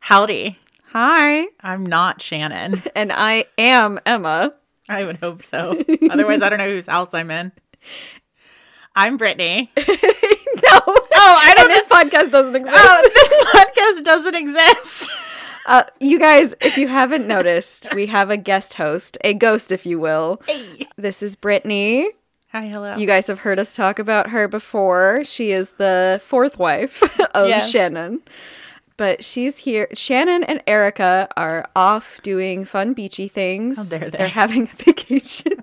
Howdy. Hi. I'm not Shannon. And I am Emma. I would hope so. Otherwise, I don't know whose house I'm in. I'm Brittany. No. Oh, I don't. this podcast doesn't exist. Oh, this podcast doesn't exist. Uh, you guys, if you haven't noticed, we have a guest host, a ghost, if you will. This is Brittany. Hi, hello. You guys have heard us talk about her before. She is the fourth wife of Yes. Shannon. But she's here. Shannon and Erica are off doing fun beachy things. they're there. having a vacation.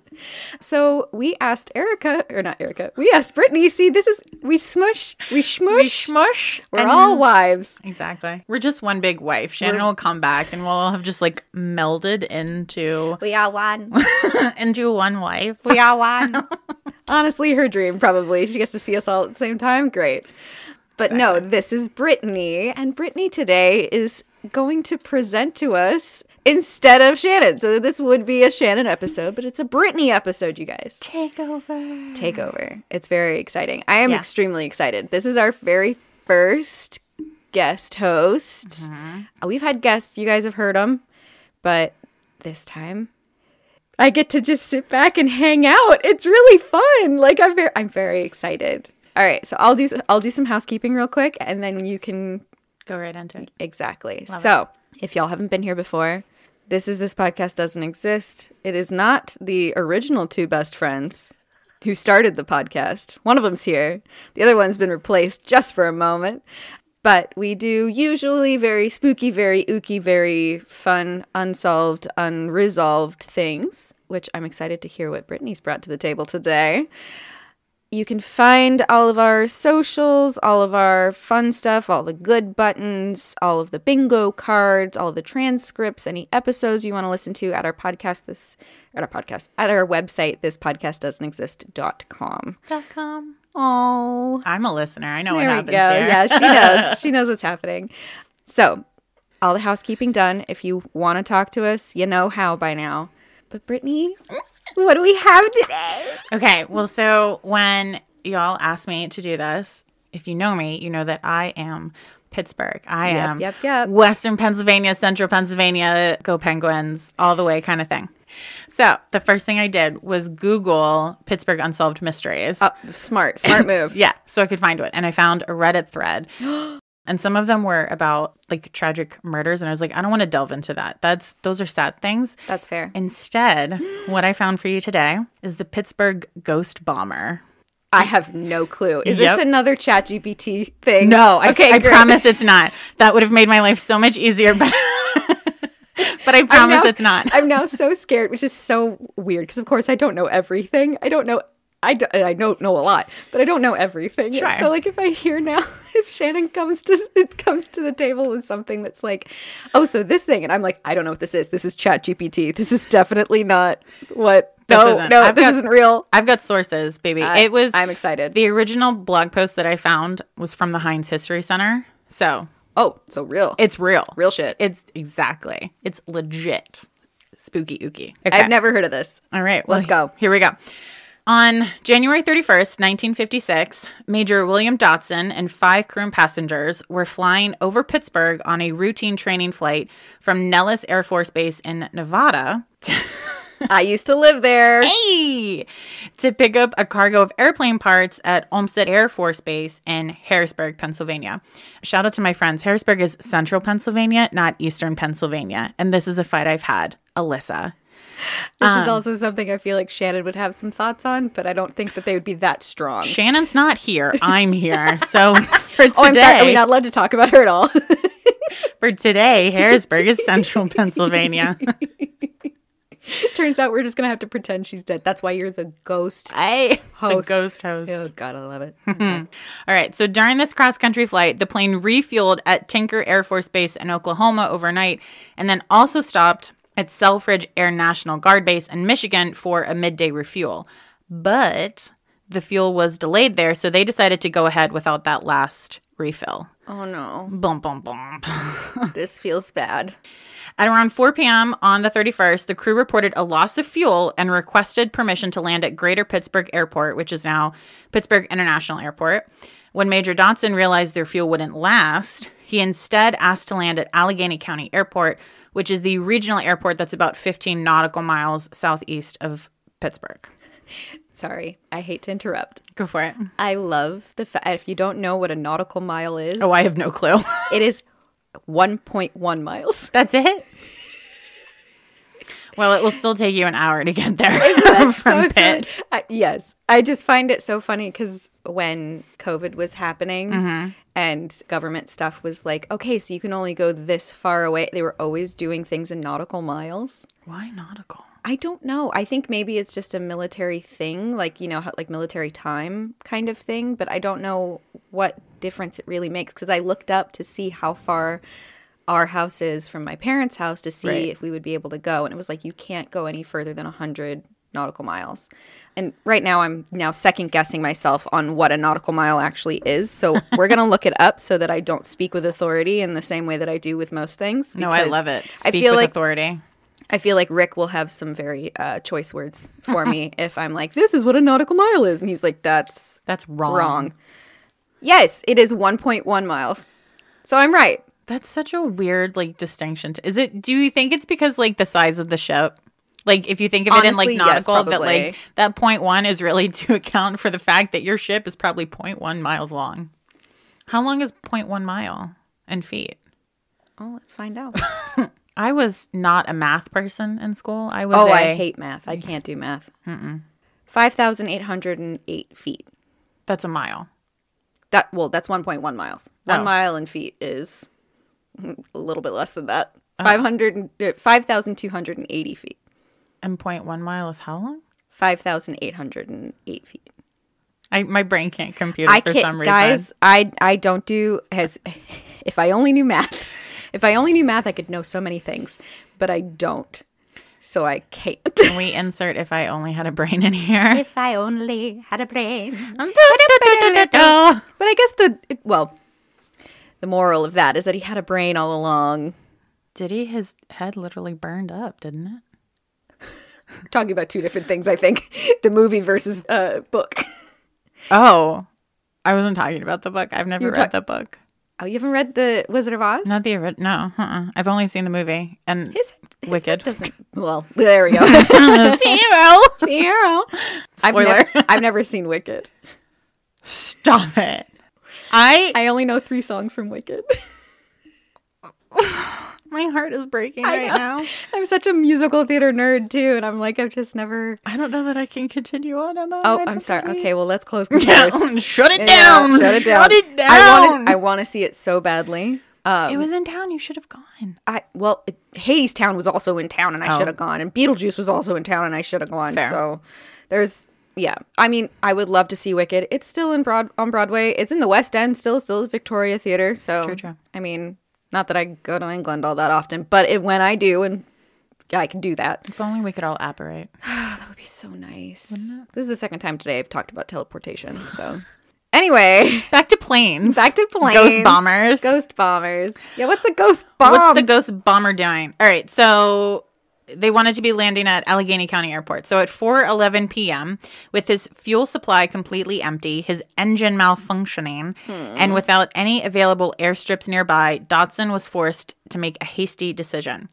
so we asked Erica, or not Erica, we asked Brittany. See, this is, we smush, we smush. we smush. We're and- all wives. Exactly. We're just one big wife. Shannon will come back and we'll all have just like melded into We are one. into one wife. We are one. Honestly, her dream probably. She gets to see us all at the same time. Great. But no, this is Brittany, and Brittany today is going to present to us instead of Shannon. So this would be a Shannon episode, but it's a Brittany episode, you guys. Take over. Takeover. It's very exciting. I am Yeah. extremely excited. This is our very first guest host. Uh, We've had guests, you guys have heard them, but this time I get to just sit back and hang out. It's really fun. Like I'm very, I'm very excited. All right, so I'll do I'll do some housekeeping real quick, and then you can Go right into it. Exactly. so, if y'all haven't been here before, this is this podcast doesn't exist. It is not the original two best friends who started the podcast. One of them's here. The other one's been replaced just for a moment. But we do usually very spooky, very ooky, very fun, unsolved, unresolved things, which I'm excited to hear what Brittany's brought to the table today. You can find all of our socials, all of our fun stuff, all the good buttons, all of the bingo cards, all the transcripts, any episodes you want to listen to at our podcast this at our podcast at our website this podcast doesn't exist.com. .com. Oh, I'm a listener. I know what there we happens go. here. Yeah, she knows. she knows what's happening. So, all the housekeeping done. If you want to talk to us, you know how by now. But Brittany, what do we have today? Okay, well, so when y'all asked me to do this, if you know me, you know that I am Pittsburgh. I Yep, am yep, yep. Western Pennsylvania, Central Pennsylvania, go Penguins, all the way kind of thing. So the first thing I did was Google Pittsburgh Unsolved Mysteries. Oh, smart, smart move. Yeah, so I could find one. And I found a Reddit thread. And some of them were about like tragic murders. And I was like, I don't want to delve into that. That's those are sad things. That's fair. Instead, what I found for you today is the Pittsburgh Ghost Bomber. I have no clue. Is Yep. this another chat GPT thing? No, I, I great. promise it's not. That would have made my life so much easier, but, but I I'm promise now- it's not. I'm now so scared, which is so weird because, of course, I don't know everything. I don't know. I don't, I don't know a lot, but I don't know everything. Sure. So, like, if I hear now, if Shannon comes to it comes to the table with something that's like, oh, so this thing, and I'm like, I don't know what this is. This is Chat GPT. This is definitely not what. no, isn't. no, I've this got- isn't real. I've got sources, baby. I- it was I'm excited. The original blog post that I found was from the Heinz History Center. So oh, so real. it's real. real shit. It's exactly. It's legit. Spooky ooky. I've never heard of this. All right, well, Let's go. Here we go. On January 31st, 1956, Major William Dotson and five crew and passengers were flying over Pittsburgh on a routine training flight from Nellis Air Force Base in Nevada I used to live there. Hey! to pick up a cargo of airplane parts at Olmsted Air Force Base in Harrisburg, Pennsylvania. Shout out to my friends. Harrisburg is central Pennsylvania, not eastern Pennsylvania. And this is a fight I've had. Alyssa. This Um, is also something I feel like Shannon would have some thoughts on, but I don't think that they would be that strong. Shannon's not here. I'm here. So for today, oh, I'm sorry. Are we not allowed to talk about her at all? for today, Harrisburg is central Pennsylvania. Turns out we're just gonna have to pretend she's dead. That's why you're the ghost I the host. ghost host. oh God, I love it. All right. So during this cross country flight, the plane refueled at Tinker Air Force Base in Oklahoma overnight and then also stopped at Selfridge Air National Guard Base in Michigan for a midday refuel. But the fuel was delayed there, so they decided to go ahead without that last refill. oh no, Bum, bum, bum. this feels bad. At around 4 p.m. on the 31st, the crew reported a loss of fuel and requested permission to land at Greater Pittsburgh Airport, which is now Pittsburgh International Airport. When Major Dotson realized their fuel wouldn't last, He instead asked to land at Allegheny County Airport, which is the regional airport that's about 15 nautical miles southeast of Pittsburgh. Sorry, I hate to interrupt. Go for it. I love the fact if you don't know what a nautical mile is, Oh, I have no clue. it is 1.1 miles. that's it. Well, it will still take you an hour to get there from so Pitt. silly. I, yes, I just find it so funny because when COVID was happening Mm-hmm. and government stuff was like, okay, so you can only go this far away. They were always doing things in nautical miles. Why nautical? I don't know. I think maybe it's just a military thing, like you know, how, like military time kind of thing. But I don't know what difference it really makes because I looked up to see how far our house is from my parents' house to see Right. if we would be able to go, and it was like you can't go any further than hundred nautical miles. And right now, I'm now second guessing myself on what a nautical mile actually is. So we're gonna look it up so that I don't speak with authority in the same way that I do with most things. No, I because love it. I Speak feel with like authority. I feel like Rick will have some very uh, choice words for me if I'm like, this is what a nautical mile is. And he's like, that's That's wrong. wrong. Yes, it is 1.1 miles. So I'm right. That's such a weird like distinction. To, is it? Do you think it's because like the size of the ship? Like if you think of it in Honestly, like yes, nautical, that like probably. that point one is really to account for the fact that your ship is probably point one miles long. How long is point one mile in feet? Oh, let's find out. I was not a math person in school. I was. oh, I I hate math. I can't do math. 5,808 feet. That's a mile. That Well, that's 1.1 miles. One Oh. mile in feet is a little bit less than that. Five hundred, uh, five thousand two hundred and eighty 5,280 feet. And point one mile is how long? 5,808 feet. I my brain can't compute it I for can't, some reason. guys. I I don't do as if I only knew math. If I only knew math, I could know so many things, but I don't, so I can't. Can we insert if I only had a brain in here? If I only had a brain. But I guess the it- well, the moral of that is that he had a brain all along. Did he? His head literally burned up, didn't it? We're talking about two different things, I think: the movie versus uh, book. Oh, I wasn't talking about the book. I've never were read ta- the book. Oh, you haven't read the Wizard of Oz? Not the original. No, uh-uh. I've only seen the movie and His, his Wicked. doesn't. Well, there we go. Female. The arrow. I've Spoiler. never, I've never seen Wicked. Stop it. I, I only know three songs from Wicked. my heart is breaking right now. I'm such a musical theater nerd too, and I'm like, I've just never. I don't know that I can continue on, Emma. Oh, I I'm don't sorry. believe- Okay, well, let's close. computers. Shut it Yeah, down. Shut it down. Shut it down. I want. I want to see it so badly. Um, it was in town. You should have gone. I well, it, Hades Town was also in town, and I Oh. should have gone. And Beetlejuice was also in town, and I should have gone. Fair. So there's. Yeah, I mean, I would love to see Wicked. It's still in Broad on Broadway. It's in the West End still, still at Victoria Theater. So, True, true. I mean, not that I go to England all that often, but it, when I do, and I can do that, If only we could all apparate. That'd be so nice. This is the second time today I've talked about teleportation. So, anyway, Back to planes. back to planes. Ghost bombers. Ghost bombers. Yeah, what's the ghost bomb? What's the ghost bomber doing? All right, so they wanted to be landing at Allegheny County Airport. So at 4:11 p.m., with his fuel supply completely empty, his engine malfunctioning, and without any available airstrips nearby, Dotson was forced to make a hasty decision.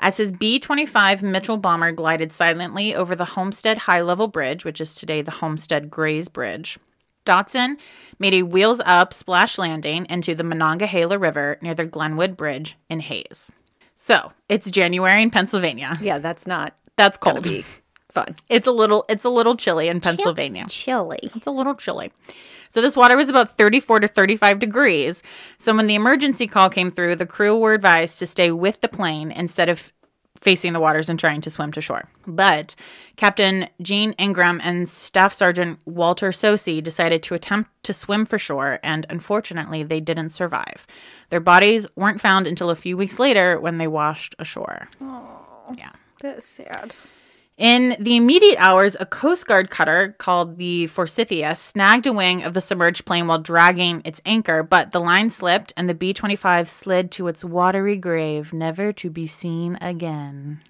As his B 25 Mitchell bomber glided silently over the Homestead High Level Bridge, which is today the Homestead Grays Bridge, Dotson made a wheels up splash landing into the Monongahela River near the Glenwood Bridge in Hayes. So it's January in Pennsylvania. yeah, that's not That's cold. be fun. It's a little it's a little chilly in Pennsylvania. Chilly. It's a little chilly. So this water was about 34 to 35 degrees. So when the emergency call came through, the crew were advised to stay with the plane instead of facing the waters and trying to swim to shore. But Captain Gene Ingram and Staff Sergeant Walter Sosi decided to attempt to swim for shore and unfortunately they didn't survive. Their bodies weren't found until a few weeks later when they washed ashore. That's sad. In the immediate hours, a Coast Guard cutter called the Forsythia snagged a wing of the submerged plane while dragging its anchor, but the line slipped and the B 25 slid to its watery grave, never to be seen again.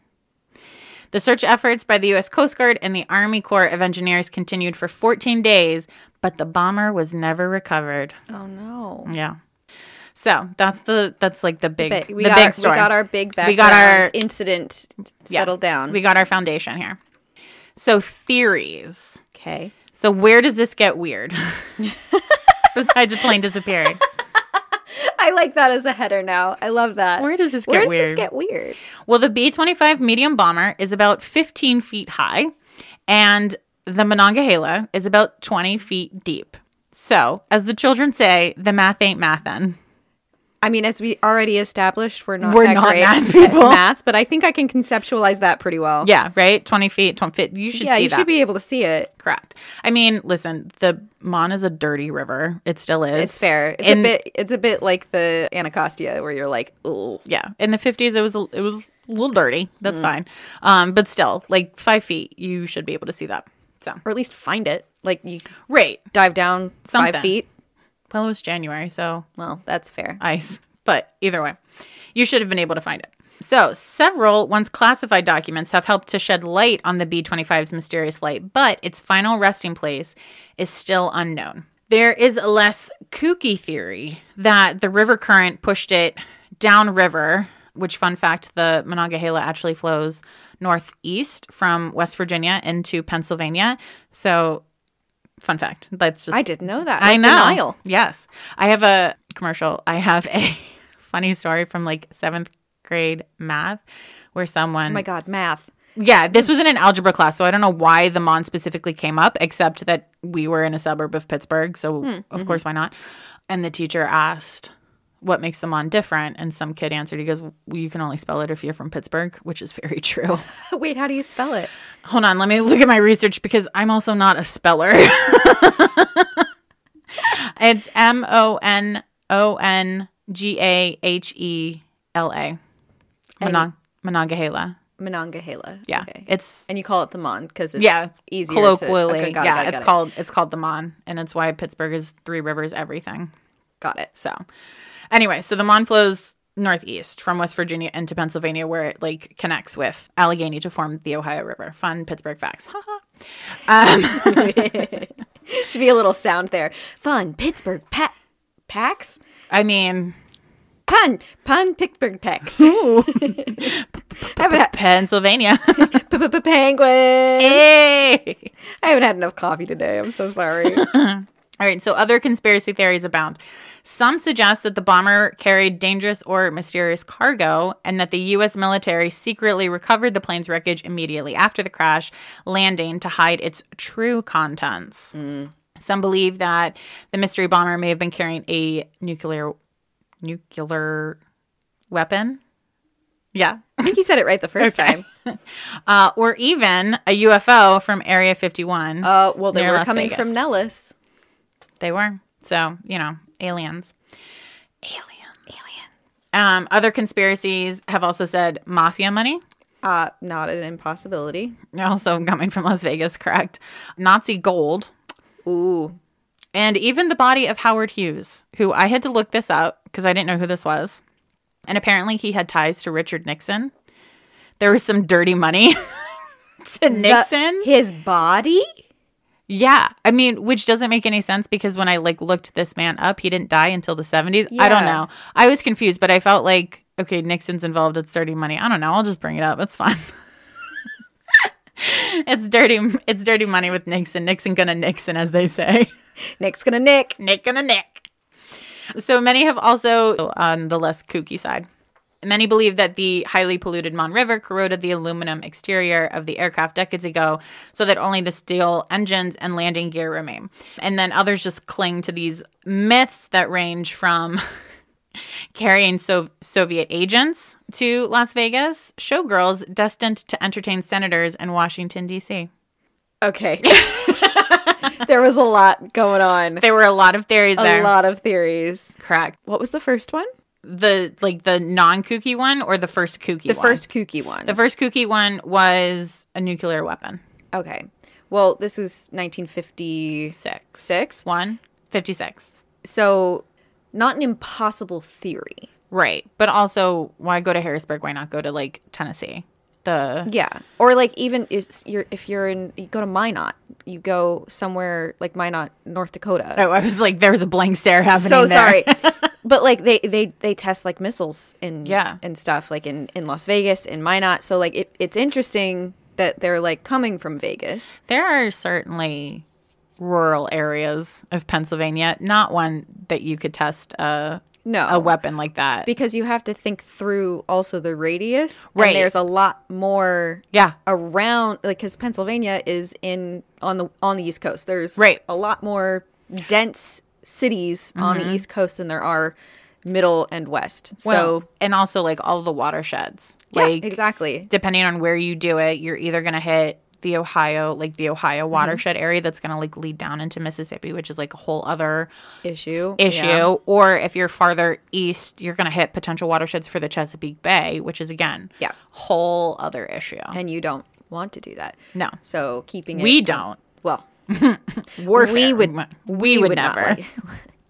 The search efforts by the U.S. Coast Guard and the Army Corps of Engineers continued for 14 days, but the bomber was never recovered. Oh no. Yeah. So that's the that's like the big But we the got big our, story. we got our big background We got our- incident Yeah. settled down. We got our foundation here. So theories. okay. So where does this get weird? Besides a plane disappearing. I like that as a header now. I love that. Where does this Where get does this weird? get weird? Well, the B 25 medium bomber is about 15 feet high, and the Monongahela is about 20 feet deep. So, as the children say, the math ain't mathin'. I mean, as we already established, we're not We're that not great math at people. math, but I think I can conceptualize that pretty well. Yeah, right? 20 feet, 20 feet. You should yeah, see you that. should be able to see it. Correct. I mean, listen, the Mon is a dirty river. It still is. It's fair. It's And- a bit. It's a bit like the Anacostia, where you're like, ooh, yeah. In the 50s, it was a, it was a little dirty. Mm. That's fine. Um, but still, like five feet, you should be able to see that. So, or at least find it. Like you right. dive down Something. five feet. Well, it was January, so Well, that's fair. ice. But either way, you should have been able to find it. So, several once classified documents have helped to shed light on the B 25's mysterious flight, but its final resting place is still unknown. There is a less kooky theory that the river current pushed it downriver, which, fun fact, the Monongahela actually flows northeast from West Virginia into Pennsylvania. So, fun fact. That's just I didn't know that. I Like the know. Nile. Yes. I have a commercial. I have a funny story from like seventh grade math where someone, Oh my God, math. yeah, this was in an algebra class. So I don't know why the Mon specifically came up, except that we were in a suburb of Pittsburgh. So, of course, why not? And the teacher asked, what makes the Mon different? And some kid answered, he goes, well, you can only spell it if you're from Pittsburgh, which is very true. Wait, how do you spell it? Hold on, let me look at my research because I'm also not a speller. it's M O N O N G A H E L A. Monon- Monongahela. Monongahela. Yeah. Okay. It's and you call it the Mon because it's yeah, easier. colloquially. To, okay, got it, yeah, got it, it's got it. called it's called the Mon and it's why Pittsburgh is three rivers everything. Got it. So, anyway, so the Mon flows northeast from West Virginia into Pennsylvania, where it like connects with Allegheny to form the Ohio River. Fun Pittsburgh facts. Ha ha. Should be a little sound there. Fun Pittsburgh pa- packs. I mean, Pun pun Pittsburgh packs. I haven't had Pennsylvania. p- p- p- penguin. Hey! I haven't had enough coffee today. I'm so sorry. All right, so other conspiracy theories abound. Some suggest that the bomber carried dangerous or mysterious cargo and that the U.S. military secretly recovered the plane's wreckage immediately after the crash landing to hide its true contents. Some believe that the mystery bomber may have been carrying a nuclear nuclear weapon. Yeah. I think you said it right the first time. Uh, or even a UFO from Area 51. Uh, well, they Near were Las coming Vegas. from Nellis. They were. So, you know, aliens. Aliens. Aliens. Um, other conspiracies have also said mafia money. Uh, not an impossibility. Also coming from Las Vegas, correct. Nazi gold. Ooh, And even the body of Howard Hughes, who I had to look this up because I didn't know who this was. And apparently he had ties to Richard Nixon. There was some dirty money to Nixon. The- his body. Yeah, I mean, which doesn't make any sense because when I like looked this man up, he didn't die until the 70s. I don't Yeah. know. I was confused, but I felt like okay, Nixon's involved. It's dirty money. I don't know. I'll just bring it up. It's fine. it's dirty. It's dirty money with Nixon. Nixon gonna Nixon, as they say. Nick's gonna nick. Nick and a Nick. So many have also on the less kooky side. Many believe that the highly polluted Mon River corroded the aluminum exterior of the aircraft decades ago so that only the steel engines and landing gear remain. And then others just cling to these myths that range from carrying so- Soviet agents to Las Vegas, showgirls destined to entertain senators in Washington, D.C. Okay. there was a lot going on. There were a lot of theories A there. lot of theories. Correct. What was the first one? the like the non kooky one or the first kooky The one? first kooky one. the first kooky one was a nuclear weapon okay. Well, this is 1956. six one fifty six So, not an impossible theory. right but also why go to Harrisburg why not go to like Tennessee the Yeah, or like even if you're if you're in you go to Minot, you go somewhere like Minot, North Dakota. Oh, I was like, there was a blank stare happening. so there. sorry, but like they they they test like missiles in Yeah. and stuff like in in Las Vegas in Minot. So like it, it's interesting that they're like coming from Vegas. There are certainly rural areas of Pennsylvania, not one that you could test a No, a weapon like that. because you have to think through also the radius. Right. and there's a lot more. yeah, around like because Pennsylvania is in on the on the East Coast. There's Right. a lot more dense cities on Mm-hmm. the East Coast than there are middle and west. well, so and also like all the watersheds. yeah, like exactly. depending on where you do it, you're either gonna hit the Ohio, like the Mm-hmm. Ohio watershed area, that's gonna like lead down into Mississippi, which is like a whole other Issue. issue. Yeah. Or if you're farther east, you're gonna hit potential watersheds for the Chesapeake Bay, which is again, Yeah. whole other issue. And you don't want to do that. No. So keeping it We don't. well Warfare. we would we, we would, would not never. like-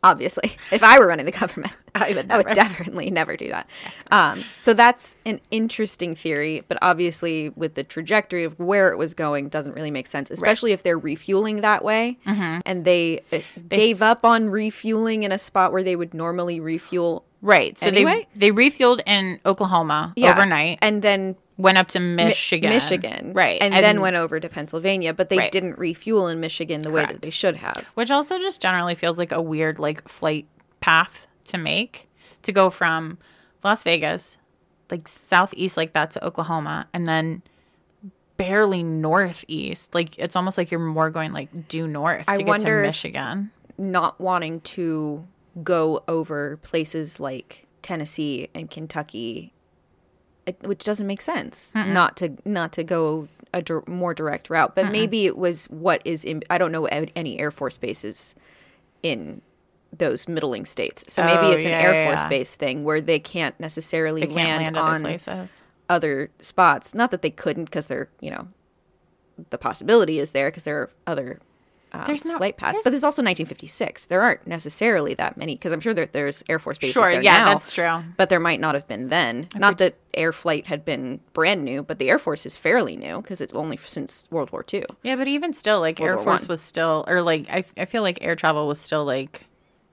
obviously. If I were running the government, I would, never. definitely never do that. Um, so that's an interesting theory, but obviously, with the trajectory of where it was going, doesn't really make sense, especially if they're refueling that way and they, uh gave s- up on refueling in a spot where they would normally refuel Right. So Anyway? they they refueled in Oklahoma Yeah. overnight, and then. went up to Michigan. Michigan. Right. And, then went over to Pennsylvania, but they Right. didn't refuel in Michigan the way Correct. that they should have. which also just generally feels like a weird like flight path to make to go from Las Vegas, like southeast like that to Oklahoma, and then barely northeast. Like it's almost like you're more going like due north to I get wonder to if- Michigan. not wanting to go over places like Tennessee and Kentucky, it- which doesn't make sense. Not to not to go a dir- more direct route, but maybe it was what is in. I don't know a- any Air Force bases in those middling states, so maybe Oh, it's yeah, an Air yeah, Force yeah. base thing where they can't necessarily They can't land, land, other on places. other spots. Not that they couldn't, because they're you know the possibility is there because there are other um, There's not- flight paths. there's- but there's also 1956. There aren't necessarily that many because I'm sure that there's Air Force bases. Sure, there yeah, now, that's true. But there might not have been then. not that air flight had been brand new, but the Air Force is fairly new because it's only f- since World War II. Yeah, but even still, like Air War Force One. was still, or like I, I feel like air travel was still like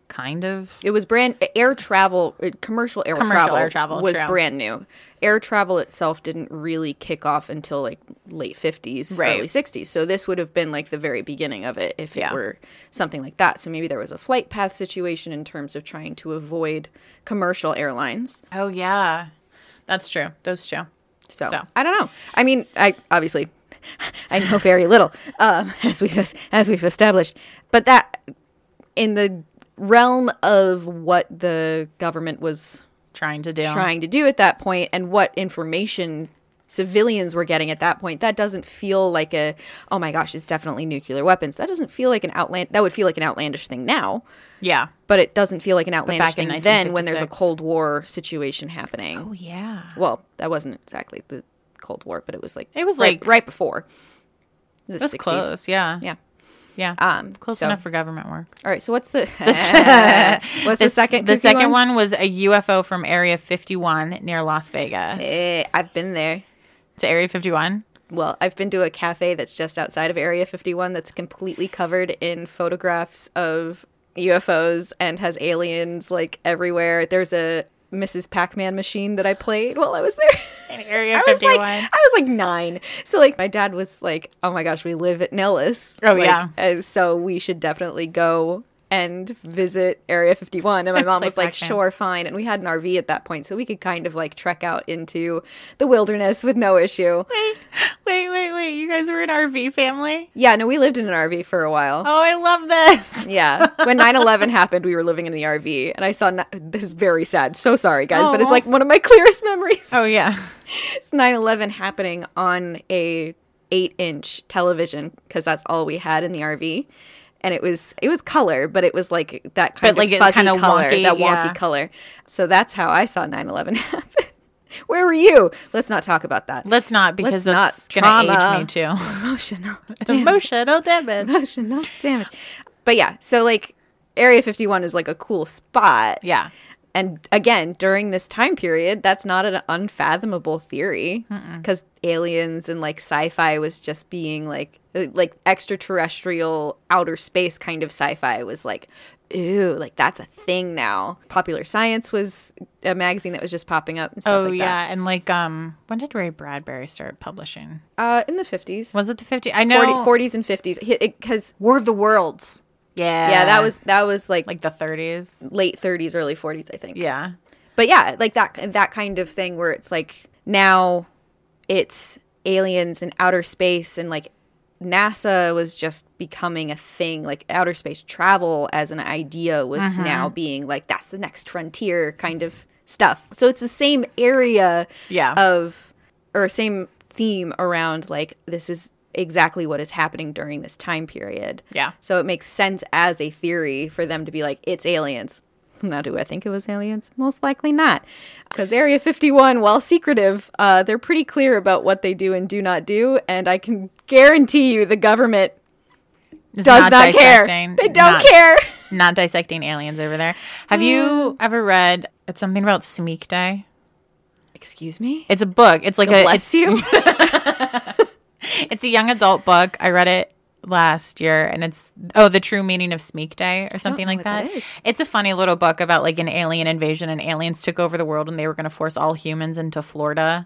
kind of It was brand air travel, uh, commercial air Commercial travel, air travel, was true. brand new. Air travel itself didn't really kick off until like late 50s, Right. early 60s. So this would have been like the very beginning of it if Yeah. it were something like that. So maybe there was a flight path situation in terms of trying to avoid commercial airlines. Oh yeah, that's true. Those two. So, So. I don't know. I mean, I obviously I know very little um, as we've es- as we've established, but that in the realm of what the government was Trying to do. trying to do at that point and what information civilians were getting at that point that doesn't feel like a oh my gosh it's definitely nuclear weapons that doesn't feel like an outland that would feel like an outlandish thing now Yeah. but it doesn't feel like an outlandish back in thing then when there's a 1956. cold war situation happening Oh yeah. well that wasn't exactly the cold war but it was like It was right, like- right before the That's 60s close. Yeah. yeah Yeah. um close so- enough for government work. all right so what's the what's the second The kooky second one? was a UFO from Area 51 near Las Vegas. Eh, i've been there To Area 51. well, I've been to a cafe that's just outside of Area 51 that's completely covered in photographs of UFOs and has aliens like everywhere. There's a Mrs. Pac-Man machine that I played while I was there. Area I was like, I was like nine. So like, my dad was like, "Oh my gosh, we live at Nellis. Oh, Like, yeah. and so we should definitely go and visit Area 51." And my mom Play was like, Pac-Man. "Sure, fine." And we had an RV at that point, so we could kind of like trek out into the wilderness with no issue. wait, wait, wait. You guys were an RV family? Yeah, no, we lived in an RV for a while. Oh, I love this. Yeah. When 9 11 happened, we were living in the RV, and I saw ni- this is very sad. So sorry, guys, but it's Aw. like one of my clearest memories. Oh, yeah. It's 9 11 happening on a 8 inch television because that's all we had in the RV. And it was it was color, but it was like that kind But, like, of it fuzzy kinda color, wonky, that wonky yeah. color. So that's how I saw 9/11 happen. Where were you? Let's not talk about that. Let's not because Let's that's not. going to age me too. Emotional. It's emotional damage. Emotional damage. But yeah, so like Area 51 is like a cool spot. Yeah. And again, during this time period, that's not an unfathomable theory because aliens and like sci-fi was just being like uh, like extraterrestrial outer space kind of sci-fi was like ooh, like that's a thing now. Popular Science was a magazine that was just popping up and stuff Oh like yeah, that. and like um, when did Ray Bradbury start publishing? Uh in the 50s. Was it the 50s? I know 40, 40s and 50s because War of the Worlds. Yeah, yeah, that was that was like, like the 30s. late 30s, early 40s, I think. Yeah, But yeah, like that that kind of thing where it's like now it's aliens and outer space and like NASA was just becoming a thing. Like outer space travel as an idea was now being like that's the next frontier kind of stuff. So it's the same area yeah. of or same theme around like this is exactly what is happening during this time period. Yeah. So it makes sense as a theory for them to be like it's aliens. Now, do I think it was aliens? Most likely not, because Area 51, while secretive, uh, they're pretty clear about what they do and do not do, and I can guarantee you the government It's does not, care. dissecting- They don't not- care. Mm. Not dissecting aliens over there. Have you ever read? It's something about Smeek Day. Excuse me. It's a book. It's like a it's- Bless you. It's a young adult book. I read it last year and it's oh the true meaning of smeek day or something know like what that, that Oh, is. it's a funny little book about like an alien invasion and aliens took over the world and they were going to force all humans into florida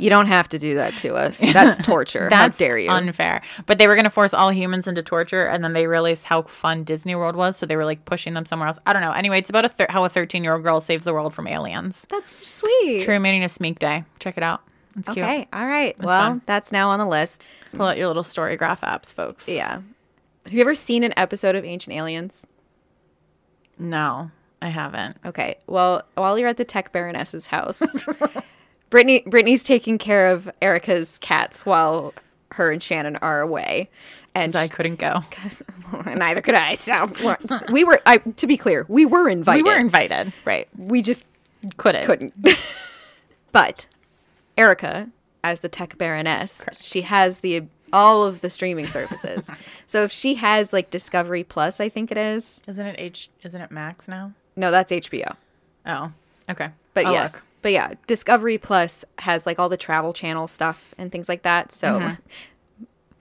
you don't have to do that to us. That's torture. that's How dare you? unfair but they were going to force all humans into torture and then they realized how fun disney world was so they were like pushing them somewhere else i don't know anyway it's about a thir- how a 13 year old girl saves the world from aliens That's sweet. true meaning of smeek day check it out it's cute Okay, all right. well, fun. that's now on the list. pull out your little story graph apps folks Yeah. Have you ever seen an episode of Ancient Aliens? no i haven't Okay. Well, while you're at the tech baroness's house, Brittany Brittany's taking care of Erica's cats while her and Shannon are away. And 'Cause i couldn't go neither could I. So we were I to be clear, we were we invited. were invited right we just couldn't couldn't. but Erica, as the tech baroness, she has the all of the streaming services. so if she has like Discovery Plus, I think it is. Isn't it H? Isn't it Max now? No, that's HBO. Oh, okay. But I'll yes. look. But yeah, Discovery Plus has like all the travel channel stuff and things like that. So Mm-hmm.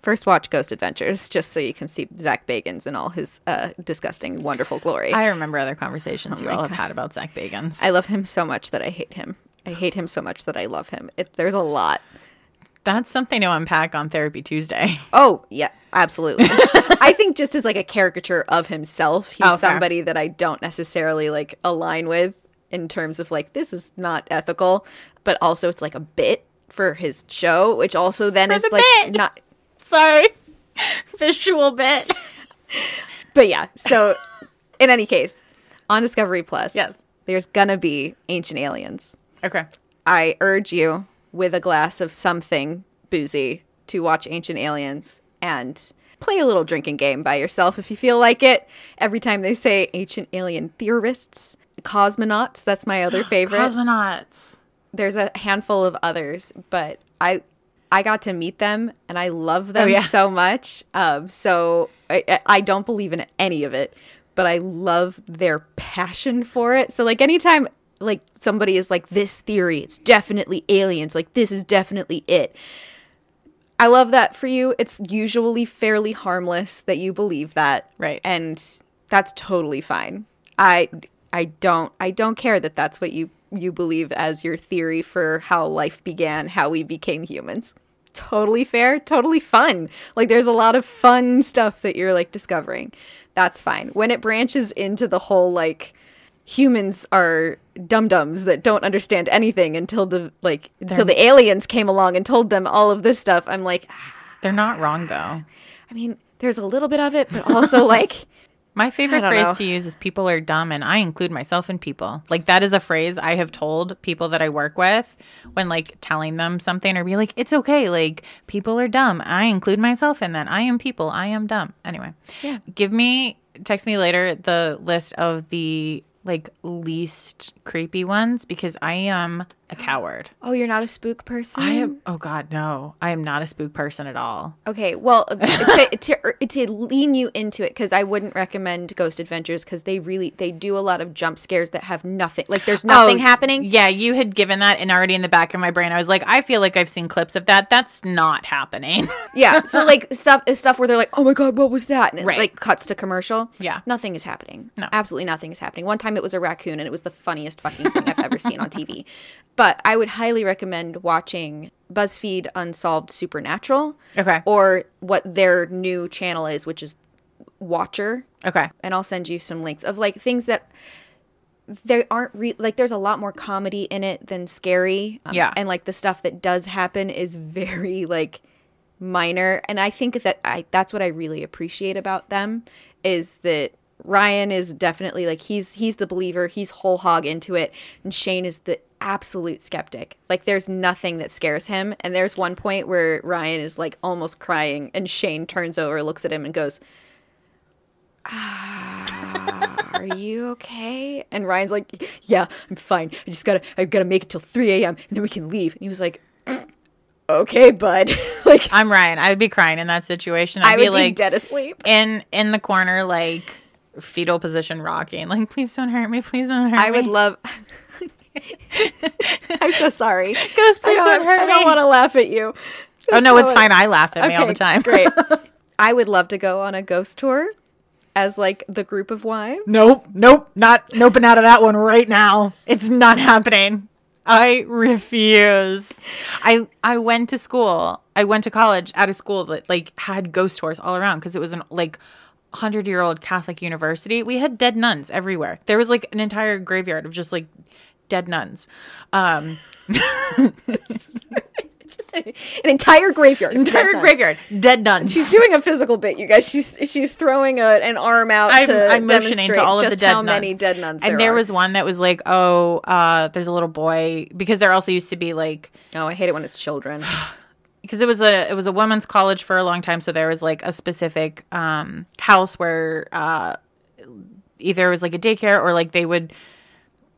first watch Ghost Adventures just so you can see Zach Bagans and all his uh, disgusting, wonderful glory. I, I remember other conversations you Oh my all have had about Zach Bagans. love him so much that I hate him. I hate him so much that I love him. It, there's a lot. That's something to unpack on Therapy Tuesday. Oh, yeah, absolutely. I think just as like a caricature of himself, he's Oh, fair. somebody that I don't necessarily like align with in terms of like this is not ethical, but also it's like a bit for his show, which also then is the like bit. not Sorry, visual bit. but yeah. So in any case, on Discovery Plus, Yes. there's gonna be Ancient Aliens. Okay. I urge you with a glass of something boozy to watch Ancient Aliens and play a little drinking game by yourself if you feel like it. Every time they say ancient alien theorists, cosmonauts, that's my other favorite. Cosmonauts. There's a handful of others, but I I got to meet them and I love them Oh, yeah. so much. Um, so I, I- I don't believe in any of it, but I love their passion for it. So like anytime like somebody is like this theory, it's definitely aliens. Like this is definitely it. I love that for you. It's usually fairly harmless that you believe that, Right. And that's totally fine. I I don't I don't care that that's what you you believe as your theory for how life began, how we became humans. Totally fair, totally fun. Like there's a lot of fun stuff that you're like discovering. That's fine. When it branches into the whole like humans are dum dums that don't understand anything until the like until the aliens came along and told them all of this stuff. I'm like, "Ah." They're not wrong though. I mean, there's a little bit of it, but also like, My favorite don't phrase know. to use is people are dumb, and I include myself in people. Like, that is a phrase I have told people that I work with when, like, telling them something or be like, it's okay. Like, people are dumb. I include myself in that. I am people. I am dumb. Anyway, Yeah. give me, text me later the list of the, like, least creepy ones because I am a coward. Oh, you're not a spook person. I am. Oh God, no! I am not a spook person at all. Okay, well, to, to, to lean you into it, because I wouldn't recommend Ghost Adventures because they really they do a lot of jump scares that have nothing. Like there's nothing Oh, happening. Yeah, you had given that, and already in the back of my brain, I was like, I feel like I've seen clips of that. That's not happening. Yeah. So like stuff is stuff where they're like, oh my god, what was that? And it, Right. like cuts to commercial. Yeah. Nothing is happening. No. Absolutely nothing is happening. One time it was a raccoon and it was the funniest fucking thing I've ever seen on TV. But I would highly recommend watching BuzzFeed Unsolved Supernatural. Okay. Or what their new channel is, which is Watcher. okay. And I'll send you some links of like things that they aren't re- like there's a lot more comedy in it than scary. Um, Yeah. And like the stuff that does happen is very like minor and I think that I that's what I really appreciate about them is that Ryan is definitely like he's he's the believer, he's whole hog into it and Shane is the absolute skeptic. Like there's nothing that scares him and there's one point where Ryan is like almost crying and Shane turns over, looks at him and goes are you okay? And Ryan's like, yeah, I'm fine. I just gotta, I gotta make it till 3 a.m. and then we can leave. And he was like, "Mm, okay, bud. like, I'm Ryan. I would be crying in that situation. I'd I would be be like dead asleep. in in the corner, like fetal position, rocking. Like, please don't hurt me. Please don't hurt me. I would love. I'm so sorry. Ghost, I please don't, don't, hurt I me. don't want to laugh at you. oh no, not it's what- fine. I laugh at me all the Okay, time. great. I would love to go on a ghost tour as like the group of wives. Nope, nope, not noping out of that one right now. It's not happening. I refuse. I I went to school. I went to college at a school that like had ghost tours all around because it was an like 100-year-old Catholic university. We had dead nuns everywhere. There was like an entire graveyard of just like dead nuns. Um Just an entire graveyard. of dead entire nuns. graveyard, dead nuns. She's doing a physical bit, you guys. She's she's throwing a, an arm out I'm, to I'm motioning demonstrate to all of just the dead how nuns. many dead nuns and there, there are. was one that was like, oh, uh, there's a little boy because there also used to be like Oh, I hate it when it's children. because it was a it was a women's college for a long time, so there was like a specific um, house where uh, either it was like a daycare or like they would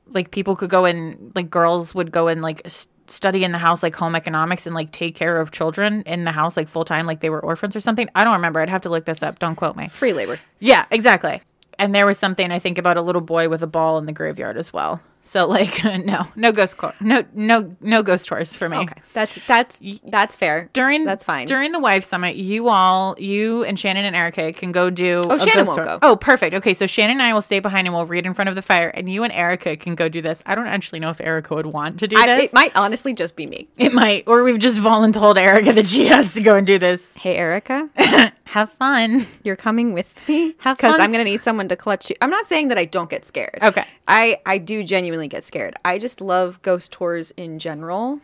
like people could go in like girls would go and like s study in the house like home economics and like take care of children in the house like full time like they were orphans or something. I don't remember. I'd have to look this up. Don't quote me. Free labor. Yeah, exactly. And there was something I think about a little boy with a ball in the graveyard as well. So like no, no ghost cor- no no no ghost tours for me. Okay, that's that's that's fair. During that's fine. During the wife summit, you all, you and Shannon and Erica can go do. Oh, a Shannon ghost won't tour. go. Oh, perfect. Okay, so Shannon and I will stay behind and we'll read in front of the fire, and you and Erica can go do this. I don't actually know if Erica would want to do I, this. it might honestly just be me. it might, or we've just voluntold Erica that she has to go and do this. Hey, Erica, Have fun. you're coming with me Have because fun. I'm gonna need someone to clutch you. I'm not saying that I don't get scared. Okay. I I do genuinely get scared. I just love ghost tours in general.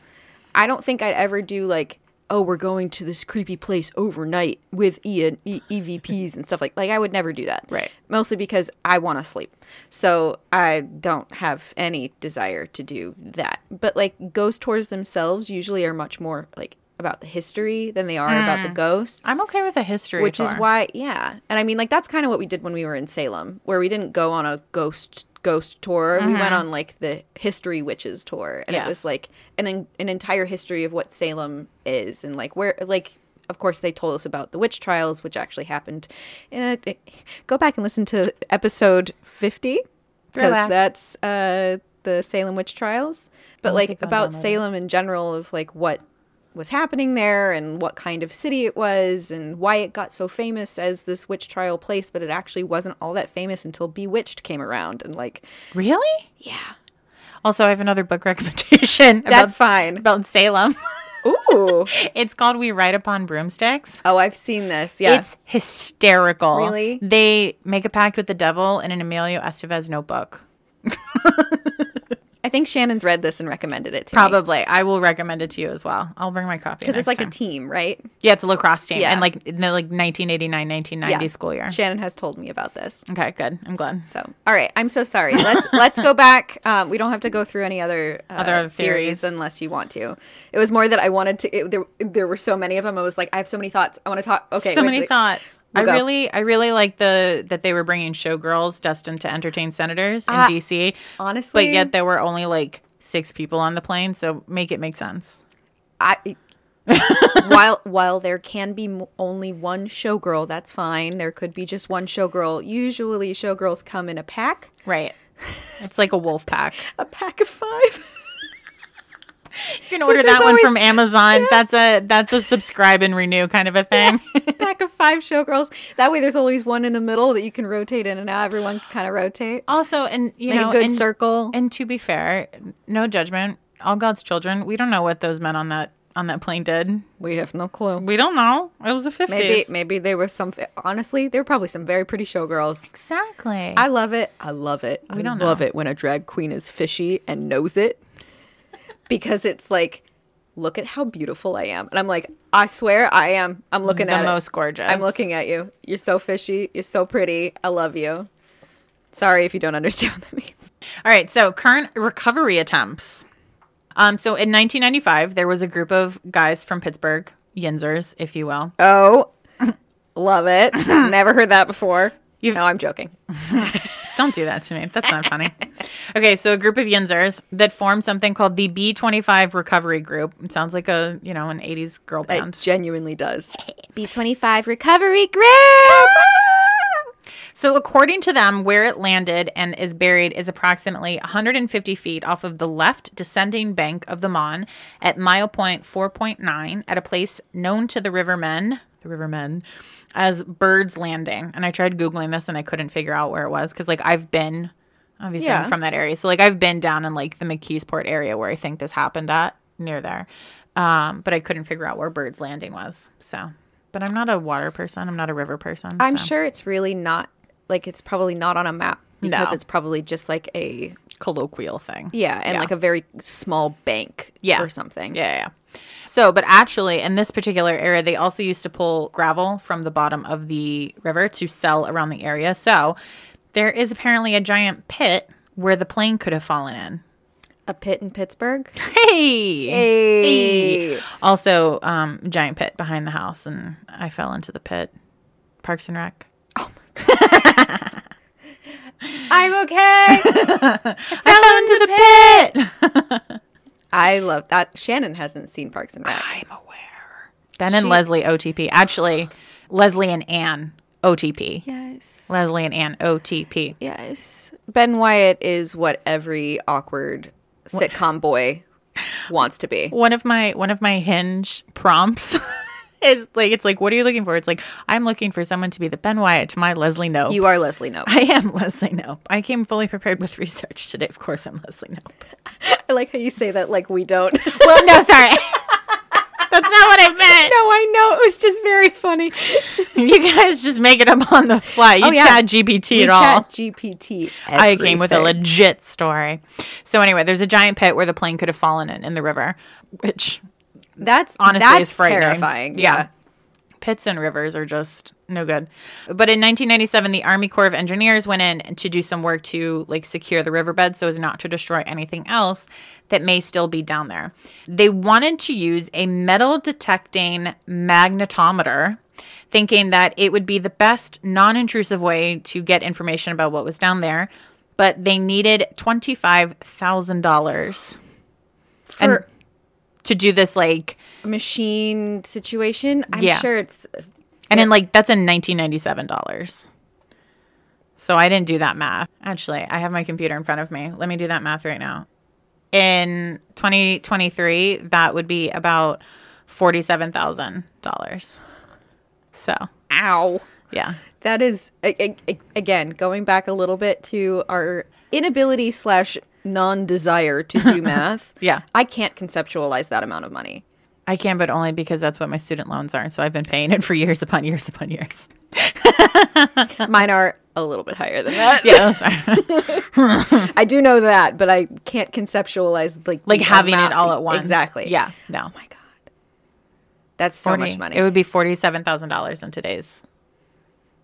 I don't think I'd ever do like. Oh, we're going to this creepy place overnight with e- e- EVPs and stuff like like I would never do that. Right. Mostly because I want to sleep. So I don't have any desire to do that. But like ghost tours themselves usually are much more like about the history than they are about Mm. the ghosts I'm okay with a history, which is tour. why yeah and i mean like that's kind of what we did when we were in salem where we didn't go on a ghost ghost tour we went on like the history witches tour and it was Mm-hmm. Yes. like an an entire history of what salem is and like where like of course they told us about the witch trials which actually happened in a go back and listen to episode 50 because Throwback. that's uh the salem witch trials but Once like upon a about time. salem in general of like what was happening there and what kind of city it was and why it got so famous as this witch trial place, but it actually wasn't all that famous until Bewitched came around and like really. yeah, Also, I have another book recommendation. that's about, fine. about Salem. Ooh, it's called "We Ride Upon Broomsticks." oh, I've seen this. Yeah, It's hysterical. Really? They make a pact with the devil in an Emilio Estevez notebook. I think Shannon's read this and recommended it to Probably. I will recommend it to you as well. I'll bring my copy. because it's like time. a team, right? yeah, it's a lacrosse team. Yeah. And like in the like 1989, 1990 school year. Shannon has told me about this. Okay, good. I'm glad. So, all right, I'm so sorry. Let's let's go back. Um, we don't have to go through any other uh, Other theories theories. unless you want to. It was more that I wanted to. It, there, there were so many of them. I was like, I have so many thoughts. I want to talk. Okay, so wait, many wait. thoughts. We'll I go. really, I really like the that they were bringing showgirls destined to entertain senators in Ah, DC. honestly- but yet there were only like six people on the plane, so make it make sense. I while while there can be m- only one showgirl, that's fine. There could be just one showgirl. Usually, showgirls come in a pack, Right. It's like a wolf pack. a pack of five. You can order there's that one always- from Amazon. That's a that's a subscribe and renew kind of a thing. pack of five showgirls. That way, there's always one in the middle that you can rotate in and out. Everyone kind of rotate. also, and you Make know, a good and, circle. and to be fair, no judgment. All God's children. We don't know what those men on that on that plane did. we have no clue. We don't know. It was the Maybe fifties. maybe they were some. Honestly, there were probably some very pretty showgirls. Exactly. I love it. I love it. I don't love know. it when a drag queen is fishy and knows it because it's like, look at how beautiful I am. And I'm like, I swear I am. I'm looking the at it. most gorgeous. I'm looking at you. You're so fishy. You're so pretty. I love you. Sorry if you don't understand what that means. All right, so current recovery attempts. Um, so in 1995, there was a group of guys from Pittsburgh, Yinzers, if you will. Oh, love it. Never heard that before. You've- no, I'm joking. Don't do that to me. That's not funny. Okay, so a group of Yinzers that formed something called the B25 Recovery Group. It sounds like a you know an 80s girl band. It genuinely does. B25 recovery group. So, according to them, where it landed and is buried is approximately 150 feet off of the left descending bank of the Mon at mile point 4.9 at a place known to the rivermen, the rivermen, as Bird's Landing. And I tried Googling this and I couldn't figure out where it was because, like, I've been, obviously, Yeah. I'm from that area. So, like, I've been down in, like, the McKeesport area where I think this happened at, near there. Um, but I couldn't figure out where Bird's Landing was. So, but I'm not a water person. I'm not a river person. I'm so. sure it's really not, like, it's probably not on a map because No. it's probably just like a colloquial thing. Yeah, and like a very small bank Yeah. or something. Yeah, yeah. yeah. So, but actually, in this particular area, they also used to pull gravel from the bottom of the river to sell around the area. So, there is apparently a giant pit where the plane could have fallen in. A pit in Pittsburgh. Hey! Hey. Also, um, giant pit behind the house, and I fell into the pit. Parks and Rec. I'm okay. Fell into the pit! I love that. Shannon hasn't seen Parks and Rec. I'm aware. Ben and Leslie OTP. Actually, Leslie and Anne OTP. Yes. Leslie and Anne OTP. Yes. Ben Wyatt is what every awkward sitcom boy wants to be. one of my one of my hinge prompts is like it's like what are you looking for it's like i'm looking for someone to be the ben wyatt to my leslie nope You are Leslie Nope. i am leslie nope i came fully prepared with research today of course i'm leslie nope I like how you say that like we don't. no, well no sorry that's not what i I know. It was just very funny. meant you guys just make it up on the fly you Oh, yeah. chat gpt We at all chat GPT. I came with a everything. legit story. So anyway, there's a giant pit where the plane could have fallen in, in the river, which That's honestly that's is frightening. terrifying. Yeah. Pits and rivers are just no good. But in 1997, the Army Corps of Engineers went in to do some work to like secure the riverbed so as not to destroy anything else that may still be down there. They wanted to use a metal detecting magnetometer, thinking that it would be the best non intrusive way to get information about what was down there. But they needed $25,000 For And- to do this, like, machine situation, I'm Yeah. sure it's And then like that's in nineteen ninety seven dollars. So I didn't do that math. Actually, I have my computer in front of me. Let me do that math right now. In twenty twenty three, that would be about forty seven thousand dollars. So ow. yeah. That is a- a- a- again going back a little bit to our inability slash non desire to do math. Yeah. I can't conceptualize that amount of money. I can, but only because that's what my student loans are. So I've been paying it for years upon years upon years. Mine are a little bit higher than that. Yeah, that's right. I do know that, but I can't conceptualize like like the having amount- it all at once. Exactly. Yeah. Oh No. my god, that's so much money. It would be forty seven thousand dollars in today's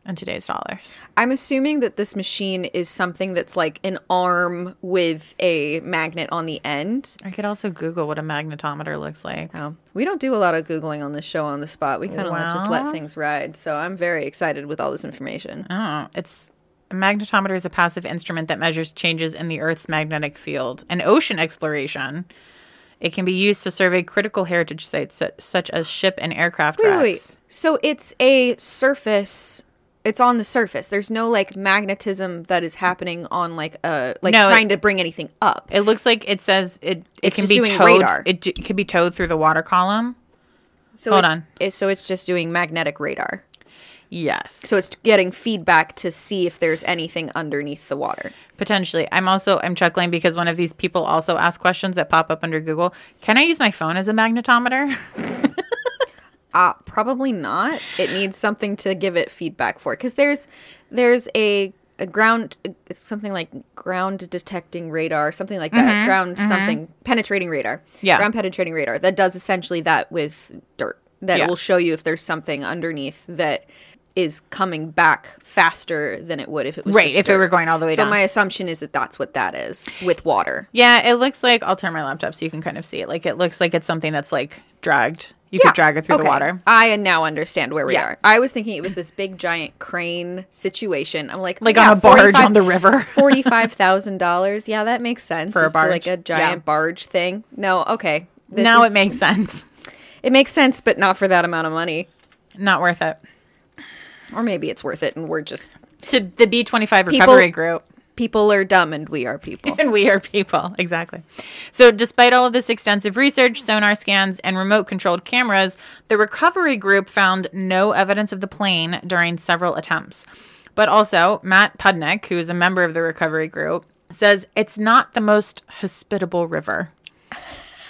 in today's dollars. I'm assuming that this machine is something that's like an arm with a magnet on the end. I could also Google what a magnetometer looks like. Oh, we don't do a lot of googling on this show on the spot. We kind of just let Well. Uh, things ride. So I'm very excited with all this information. Oh, it's A magnetometer is a passive instrument that measures changes in the Earth's magnetic field. And ocean exploration, it can be used to survey critical heritage sites su- such as ship and aircraft Wait, wait, wrecks. wait. So it's a surface. It's on the surface. There's no like magnetism that is happening on like a like No, it- trying to bring anything up. It looks like it says it. It It's can just be doing towed. radar. It, d- it could be towed through the water column. So Hold it's, on. It, so it's just doing magnetic radar. Yes. So it's getting feedback to see if there's anything underneath the water. potentially. I'm also I'm chuckling because one of these people also asked questions that pop up under Google. Can I use my phone as a magnetometer? Uh, probably not. It needs something to give it feedback for because there's there's a, a ground it's something like ground detecting radar, something like that. ground something penetrating radar. Mm-hmm. Yeah. ground penetrating radar that does essentially that with dirt that Yeah. will show you if there's something underneath that is coming back faster than it would if it was Right, just if it dirt. were going all the way So down. my assumption is that that's what that is with water. yeah, it looks like I'll turn my laptop so you can kind of see it. Like it looks like it's something that's like dragged. You could drag it through the okay. water. I now understand where we Yeah. are. I was thinking it was this big giant crane situation. I'm like, Like yeah, on a barge 45 on the river. Forty-five thousand dollars. Yeah, that makes sense For a as to, like barge. a giant Yeah. barge thing. No, okay. This now is- it makes sense. it makes sense, but not for that amount of money. Not worth it. Or maybe it's worth it, and we're just To the B25 People- recovery group. people are dumb, and we are people. and we are people exactly so despite all of this extensive research sonar scans and remote controlled cameras the recovery group found no evidence of the plane during several attempts but also matt pudnick who is a member of the recovery group says it's not the most hospitable river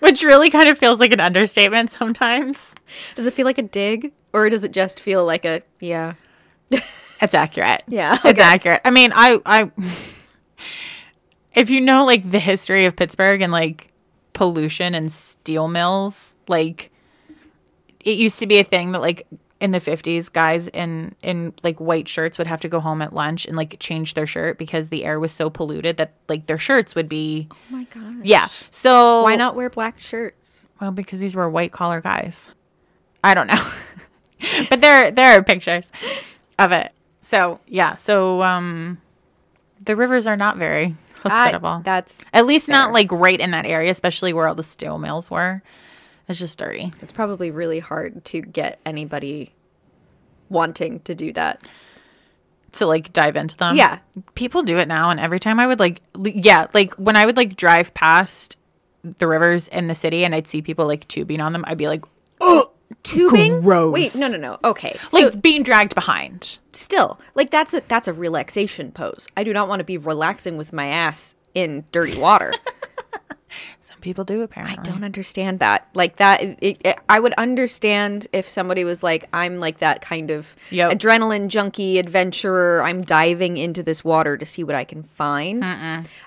which really kind of feels like an understatement sometimes does it feel like a dig, or does it just feel like a yeah? It's accurate. Yeah, It's accurate. I mean, I I if you know like the history of Pittsburgh and like pollution and steel mills, like it used to be a thing that like in the 50s guys in in like white shirts would have to go home at lunch and like change their shirt because the air was so polluted that like their shirts would be Oh my god. yeah. So Why not wear black shirts? well, because these were white collar guys. I don't know. but there there are pictures of it. So yeah, so um the rivers are not very hospitable. I, that's At least not fair. like right in that area, especially where all the steel mills were. It's just dirty. It's probably really hard to get anybody wanting to do that. to like dive into them. Yeah. People do it now. And every time I would like, l- yeah, like when I would like drive past the rivers in the city and I'd see people like tubing on them, I'd be like, Tubing? Gross. Wait, no, no, no. Okay. like so being dragged behind. still, like that's a that's a relaxation pose. I do not want to be relaxing with my ass in dirty water. Some people do apparently. I don't understand that. Like that, it, it, I would understand if somebody was like, "I'm like that kind of Yep. adrenaline junkie adventurer. I'm diving into this water to see what I can find."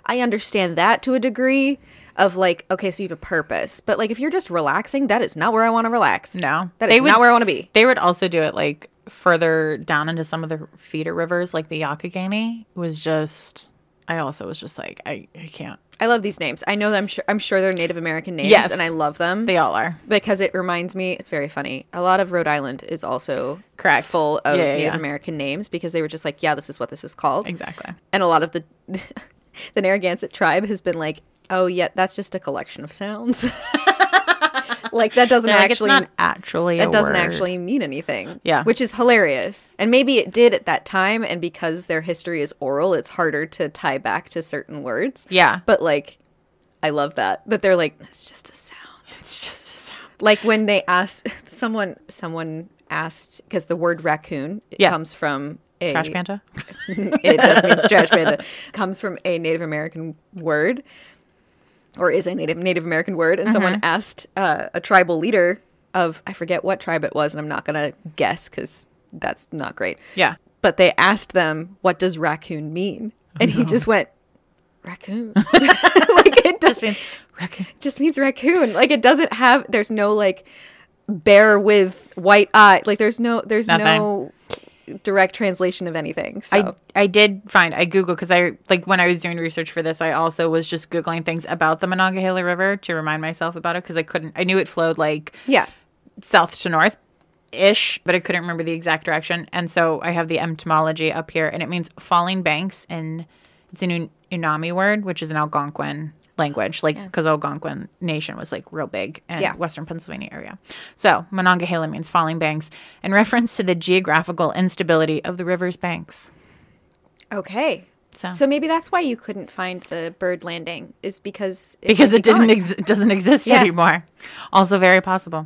I understand that to a degree of like, okay, so you have a purpose, but like if you're just relaxing, that is not where I want to relax. No, that is not where I want to be. They would also do it like further down into some of the feeder rivers, like the Yakagani was just. I also was just like, I, I can't. I love these names. I know them. Sure, I'm sure they're Native American names, Yes. and I love them. They all are. because it reminds me it's very funny a lot of rhode island is also Correct. full of Yeah, yeah, native yeah. american names because they were just like yeah this is what this is called Exactly. and a lot of the the narragansett tribe has been like oh yeah that's just a collection of sounds like that doesn't They're like, it's actually not actually. that a doesn't word. actually mean anything Yeah. which is hilarious and maybe it did at that time and because their history is oral it's harder to tie back to certain words Yeah. but like i love that that they're like it's just a sound It's just a sound. like when they asked someone someone asked because the word raccoon it Yeah. comes from a Trash panda. it just means trash panda comes from a native american word or is a native native american word and someone Uh-huh. asked uh, a tribal leader of i forget what tribe it was and i'm not going to guess cuz that's not great Yeah. but they asked them what does raccoon mean and he just went raccoon like it does Reckon. just means raccoon. Like it doesn't have. There's no like bear with white eye. Like there's no. There's no direct translation of anything. So I, I did find I googled because I like when I was doing research for this I also was just googling things about the Monongahela River to remind myself about it because I couldn't I knew it flowed like yeah, south to north ish, but I couldn't remember the exact direction. And so I have the etymology up here, and it means falling banks, and it's an un- Unami word, which is an Algonquin language, like because Algonquin nation was like real big in Yeah. Western Pennsylvania area. So Monongahela means falling banks, in reference to the geographical instability of the river's banks. Okay. So- So maybe that's why you couldn't find the bird landing is because it because would it be didn't gone. ex- doesn't exist Yeah. anymore. Also very possible.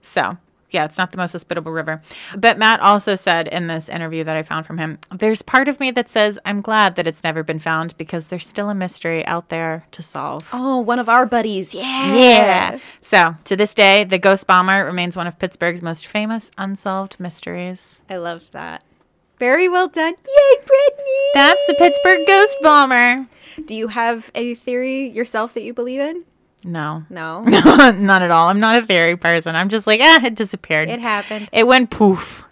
So yeah, it's not the most hospitable river. But Matt also said in this interview that I found from him, there's part of me that says I'm glad that it's never been found because there's still a mystery out there to solve. Oh, one of our buddies. Yeah. Yeah. So to this day, the Ghost Bomber remains one of Pittsburgh's most famous unsolved mysteries. I loved that. Very well done. Yay, Brittany. That's the Pittsburgh Ghost Bomber. Do you have a theory yourself that you believe in? No, No. not at all. I'm not a fairy person. I'm just like, ah, it disappeared. it happened. It went poof.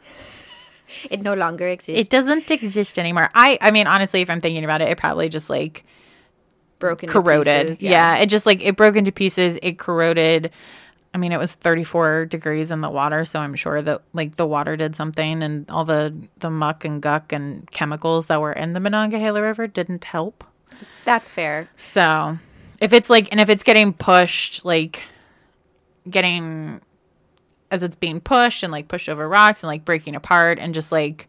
It no longer exists. It doesn't exist anymore. I I mean honestly if I'm thinking about it it probably just like broken to corroded. pieces, yeah. it just like it broke into pieces, it corroded. I mean it was 34 degrees in the water, so I'm sure that like the water did something and all the the muck and guck and chemicals that were in the Monongahela River didn't help. That's fair. So, if it's like, and if it's getting pushed, like getting as it's being pushed and like pushed over rocks and like breaking apart and just like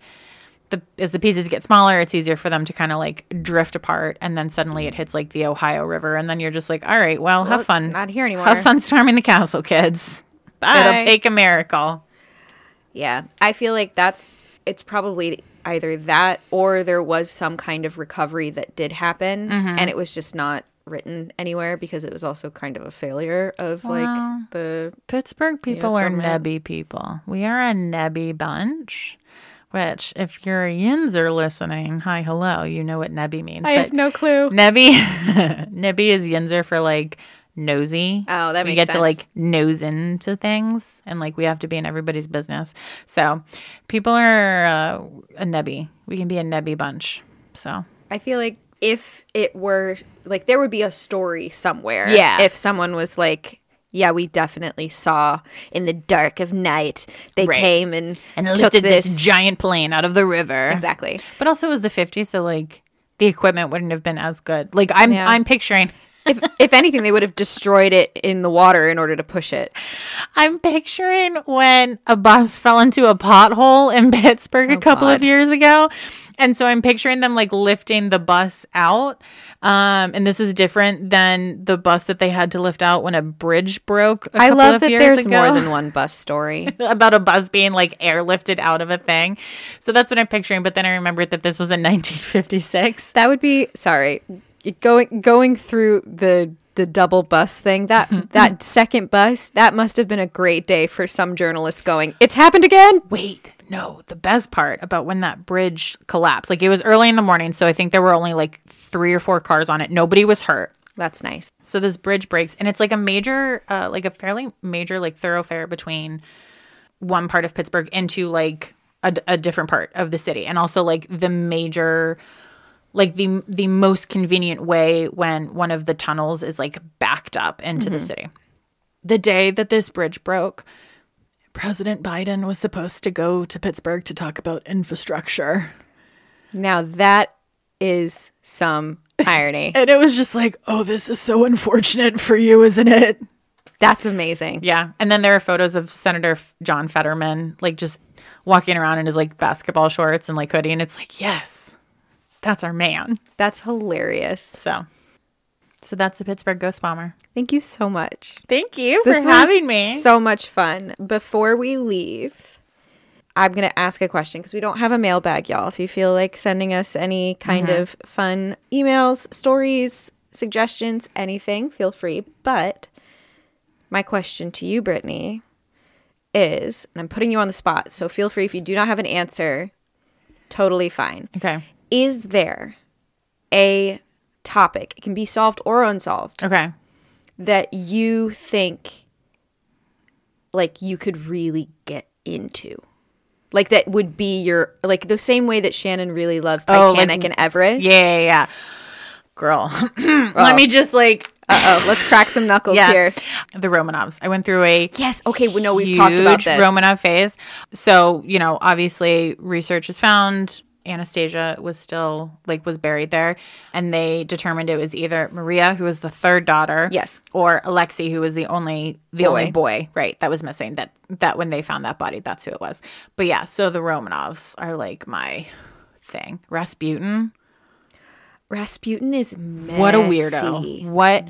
the as the pieces get smaller, it's easier for them to kind of like drift apart and then suddenly it hits like the Ohio River and then you're just like, all right, well, Well, have it's fun. not here anymore. Have fun storming the castle, kids. Bye. It'll take a miracle. Yeah. I feel like that's it's probably either that or there was some kind of recovery that did happen Mm-hmm. and it was just not written anywhere because it was also kind of a failure of Wow. like the Pittsburgh people are government. nebby people. We are a nebby bunch. Which, if your yins are listening, hi, hello, you know what nebby means. I have no clue. Nebby, nebby is yinzer for like nosy. Oh, that we makes get to sense. like nose into things, and like we have to be in everybody's business. So, people are uh, a nebby. We can be a nebby bunch. So, I feel like if it were like there would be a story somewhere. Yeah. If someone was like, yeah, we definitely saw in the dark of night they Right. came and, and took lifted this. this giant plane out of the river. exactly. But also, it was the '50s, so like the equipment wouldn't have been as good. Like I'm, Yeah. I'm picturing, if, if anything, they would have destroyed it in the water in order to push it. I'm picturing when a bus fell into a pothole in Pittsburgh a couple of Oh, God. years ago. And so I'm picturing them like lifting the bus out. Um, and this is different than the bus that they had to lift out when a bridge broke. I I love that there's more than one bus story. about a bus being like airlifted out of a thing. So that's what I'm picturing. But then I remembered that this was in 1956. that would be sorry. Going going through the the double bus thing that that second bus that must have been a great day for some journalists going. It's happened again. Wait, no, the best part about when that bridge collapsed, like it was early in the morning. So I think there were only like three or four cars on it. Nobody was hurt. That's nice. So this bridge breaks, and it's like a major, uh, like a fairly major, like thoroughfare between one part of Pittsburgh into like a, a different part of the city, and also like the major, like the the most convenient way when one of the tunnels is like backed up into the city. The day that this bridge broke, President Biden was supposed to go to Pittsburgh to talk about infrastructure. Now that is some irony. And it was just like, oh, this is so unfortunate for you, isn't it? That's amazing. Yeah. And then there are photos of Senator F- John Fetterman, like just walking around in his like basketball shorts and like hoodie. And it's like, yes, that's our man. That's hilarious. So, so that's the Pittsburgh Ghost Bomber. Thank you so much. Thank you This for was having me. So much fun. Before we leave, I'm going to ask a question because we don't have a mailbag, y'all. If you feel like sending us any kind Mm-hmm. of fun emails, stories, suggestions, anything, feel free. But my question to you, Brittany, is and I'm putting you on the spot, so feel free if you do not have an answer, totally fine okay. is there a topic it can be solved or unsolved Okay. that you think like you could really get into like that would be your like the same way that shannon really loves Oh, like- titanic and everest Yeah. Yeah. yeah. Girl, let me just like Uh oh, let's crack some knuckles Yeah. here. The Romanovs. I went through a Yes. Okay. Well, no, we've huge talked about this. Romanov phase. So, you know, obviously research has found Anastasia was still like was buried there and they determined it was either Maria who was the third daughter Yes. or Alexei who was the only the only Boy. boy right that was missing that that when they found that body that's who it was but yeah so the Romanovs are like my thing Rasputin Rasputin is messy. what a weirdo. What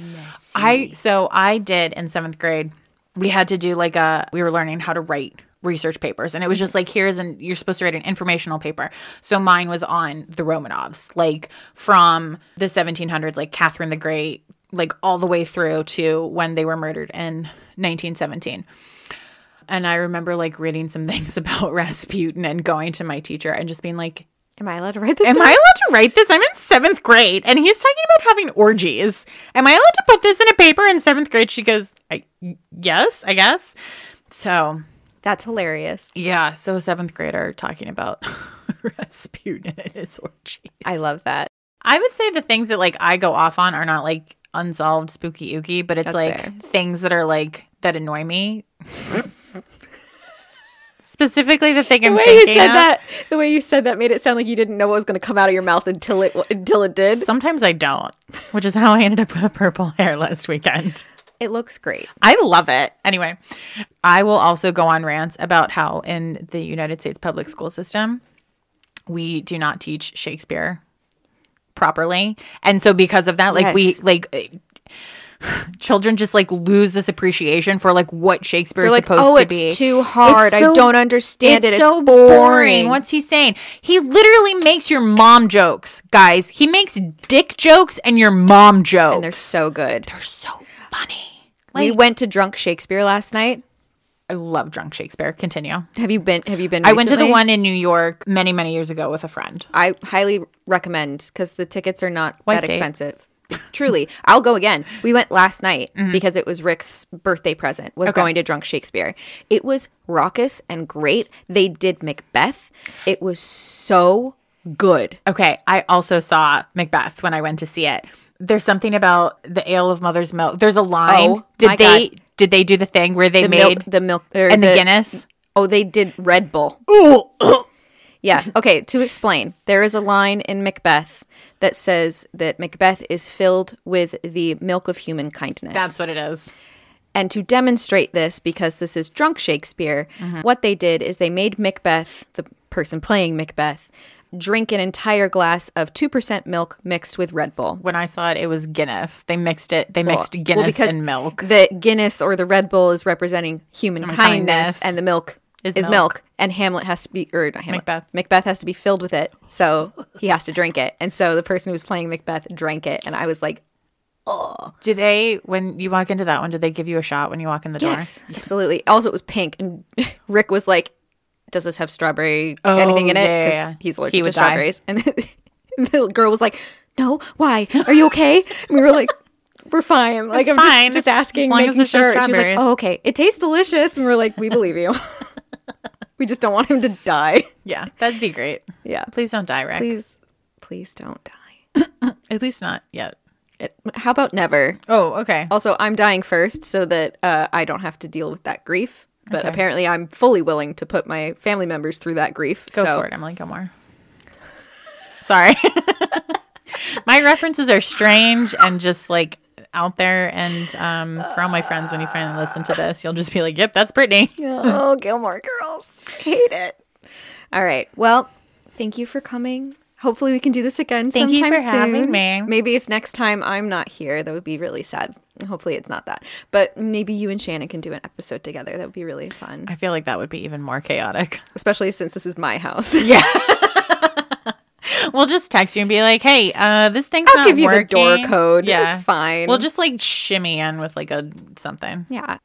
I so I did in seventh grade. We had to do like a we were learning how to write research papers, and it was just like here's an you're supposed to write an informational paper. So mine was on the Romanovs, like from the 1700s, like Catherine the Great, like all the way through to when they were murdered in 1917. And I remember like reading some things about Rasputin and going to my teacher and just being like, Am I allowed to write this? Am I allowed to write this? I'm in seventh grade, and he's talking about having orgies. Am I allowed to put this in a paper in seventh grade? She goes, I, Yes, I guess. So, That's hilarious. yeah, so a seventh grader talking about Rasputin and his orgies. I love that. I would say the things that like I go off on are not like unsolved spooky ooky, but it's That's like fair. things that are like that annoy me. Specifically, the thing I'm The way you thinking said of. that, the way you said that made it sound like you didn't know what was going to come out of your mouth until it until it did. Sometimes I don't, which is how I ended up with a purple hair last weekend. It looks great. I love it. Anyway, I will also go on rants about how in the United States public school system, we do not teach Shakespeare properly. And so because of that, like we Yes. like eh, children just like lose this appreciation for like what Shakespeare is They're like, supposed "Oh, to it's be. too hard. I don't understand it. It's boring." What's he saying? He literally makes your mom jokes, guys. He makes dick jokes and your mom jokes. And they're so good. they're so funny. we went to Drunk Shakespeare last night. I love drunk Shakespeare. Continue. Have you been? Have you been? I went to the recently? one in New York many, many years ago with a friend. I highly recommend because the tickets are not Wife that date. expensive. Truly, I'll go again. We went last night because it was Rick's birthday present. Was going to Drunk Shakespeare. It was raucous and great. They did Macbeth. It was so good. Okay, I also saw Macbeth when I went to see it. There's something about the ale of mother's milk. There's a line. Oh, did my they God. did they do the thing where they The made milk, the milk, or and the, Guinness? Oh, they did Red Bull. Yeah. Okay. To explain, there is a line in Macbeth that says that Macbeth is filled with the milk of human kindness. That's what it is. And to demonstrate this, because this is drunk Shakespeare, what they did is they made Macbeth, the person playing Macbeth, drink an entire glass of 2% milk mixed with Red Bull. When I saw it, it was Guinness. They mixed it. They mixed Well, Guinness because and milk. The Guinness or the Red Bull is representing human kindness, kindness and the milk is is, milk. milk. And Hamlet has to be, or not Hamlet, Macbeth. Macbeth has to be filled with it. So he has to drink it. And so the person who was playing Macbeth drank it. And I was like, Do they when you walk into that one? Do they give you a shot when you walk in the door? Yes, absolutely. Also, it was pink, and Rick was like, "Does this have strawberry anything in it?" yeah, yeah, Because yeah. he's allergic He to would die. strawberries. And the girl was like, "No, why? Are you okay?" And we were like, "We're fine. Like, It's I'm fine. Just, just asking, As long as making there's no sure." And she was strawberries. like, "Oh, okay. It tastes delicious." And we are like, "We believe you. we just don't want him to die." Yeah, that'd be great. Yeah. Please don't die, Rick. Please, please don't die. At least not yet. It, how about never? Oh, okay. Also, I'm dying first so that uh, I don't have to deal with that grief. But Okay. apparently, I'm fully willing to put my family members through that grief. Go so for it, Emily Gilmore. Sorry. my references are strange and just like out there. And um, for all my friends, when you finally listen to this, you'll just be like, yep, that's Brittany. oh, Gilmore Girls, hate it. All right. Well, thank you for coming. Hopefully, we can do this again Thank you sometime for having soon. me. Maybe if next time I'm not here, that would be really sad. Hopefully, it's not that. But maybe you and Shannon can do an episode together. That would be really fun, I feel like that would be even more chaotic. especially since this is my house. We'll just text you and be like, hey, uh, this thing's I'll not give you the working. door code. It's fine. We'll just like shimmy in with like a something. yeah.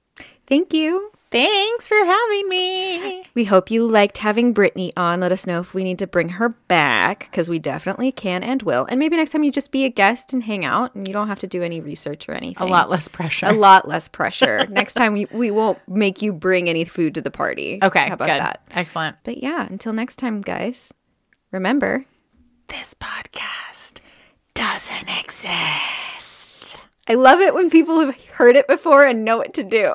Thank you. Thanks for having me. We hope you liked having Brittany on. Let us know if we need to bring her back because we definitely can and will. And maybe next time you just be a guest and hang out and you don't have to do any research or A anything. lot less pressure. A lot less pressure. next time we, we won't make you bring any food to the party. Okay. How about good. that? Excellent. But yeah, until next time, guys, remember. This podcast doesn't exist. I love it when people have heard it before and know what to do.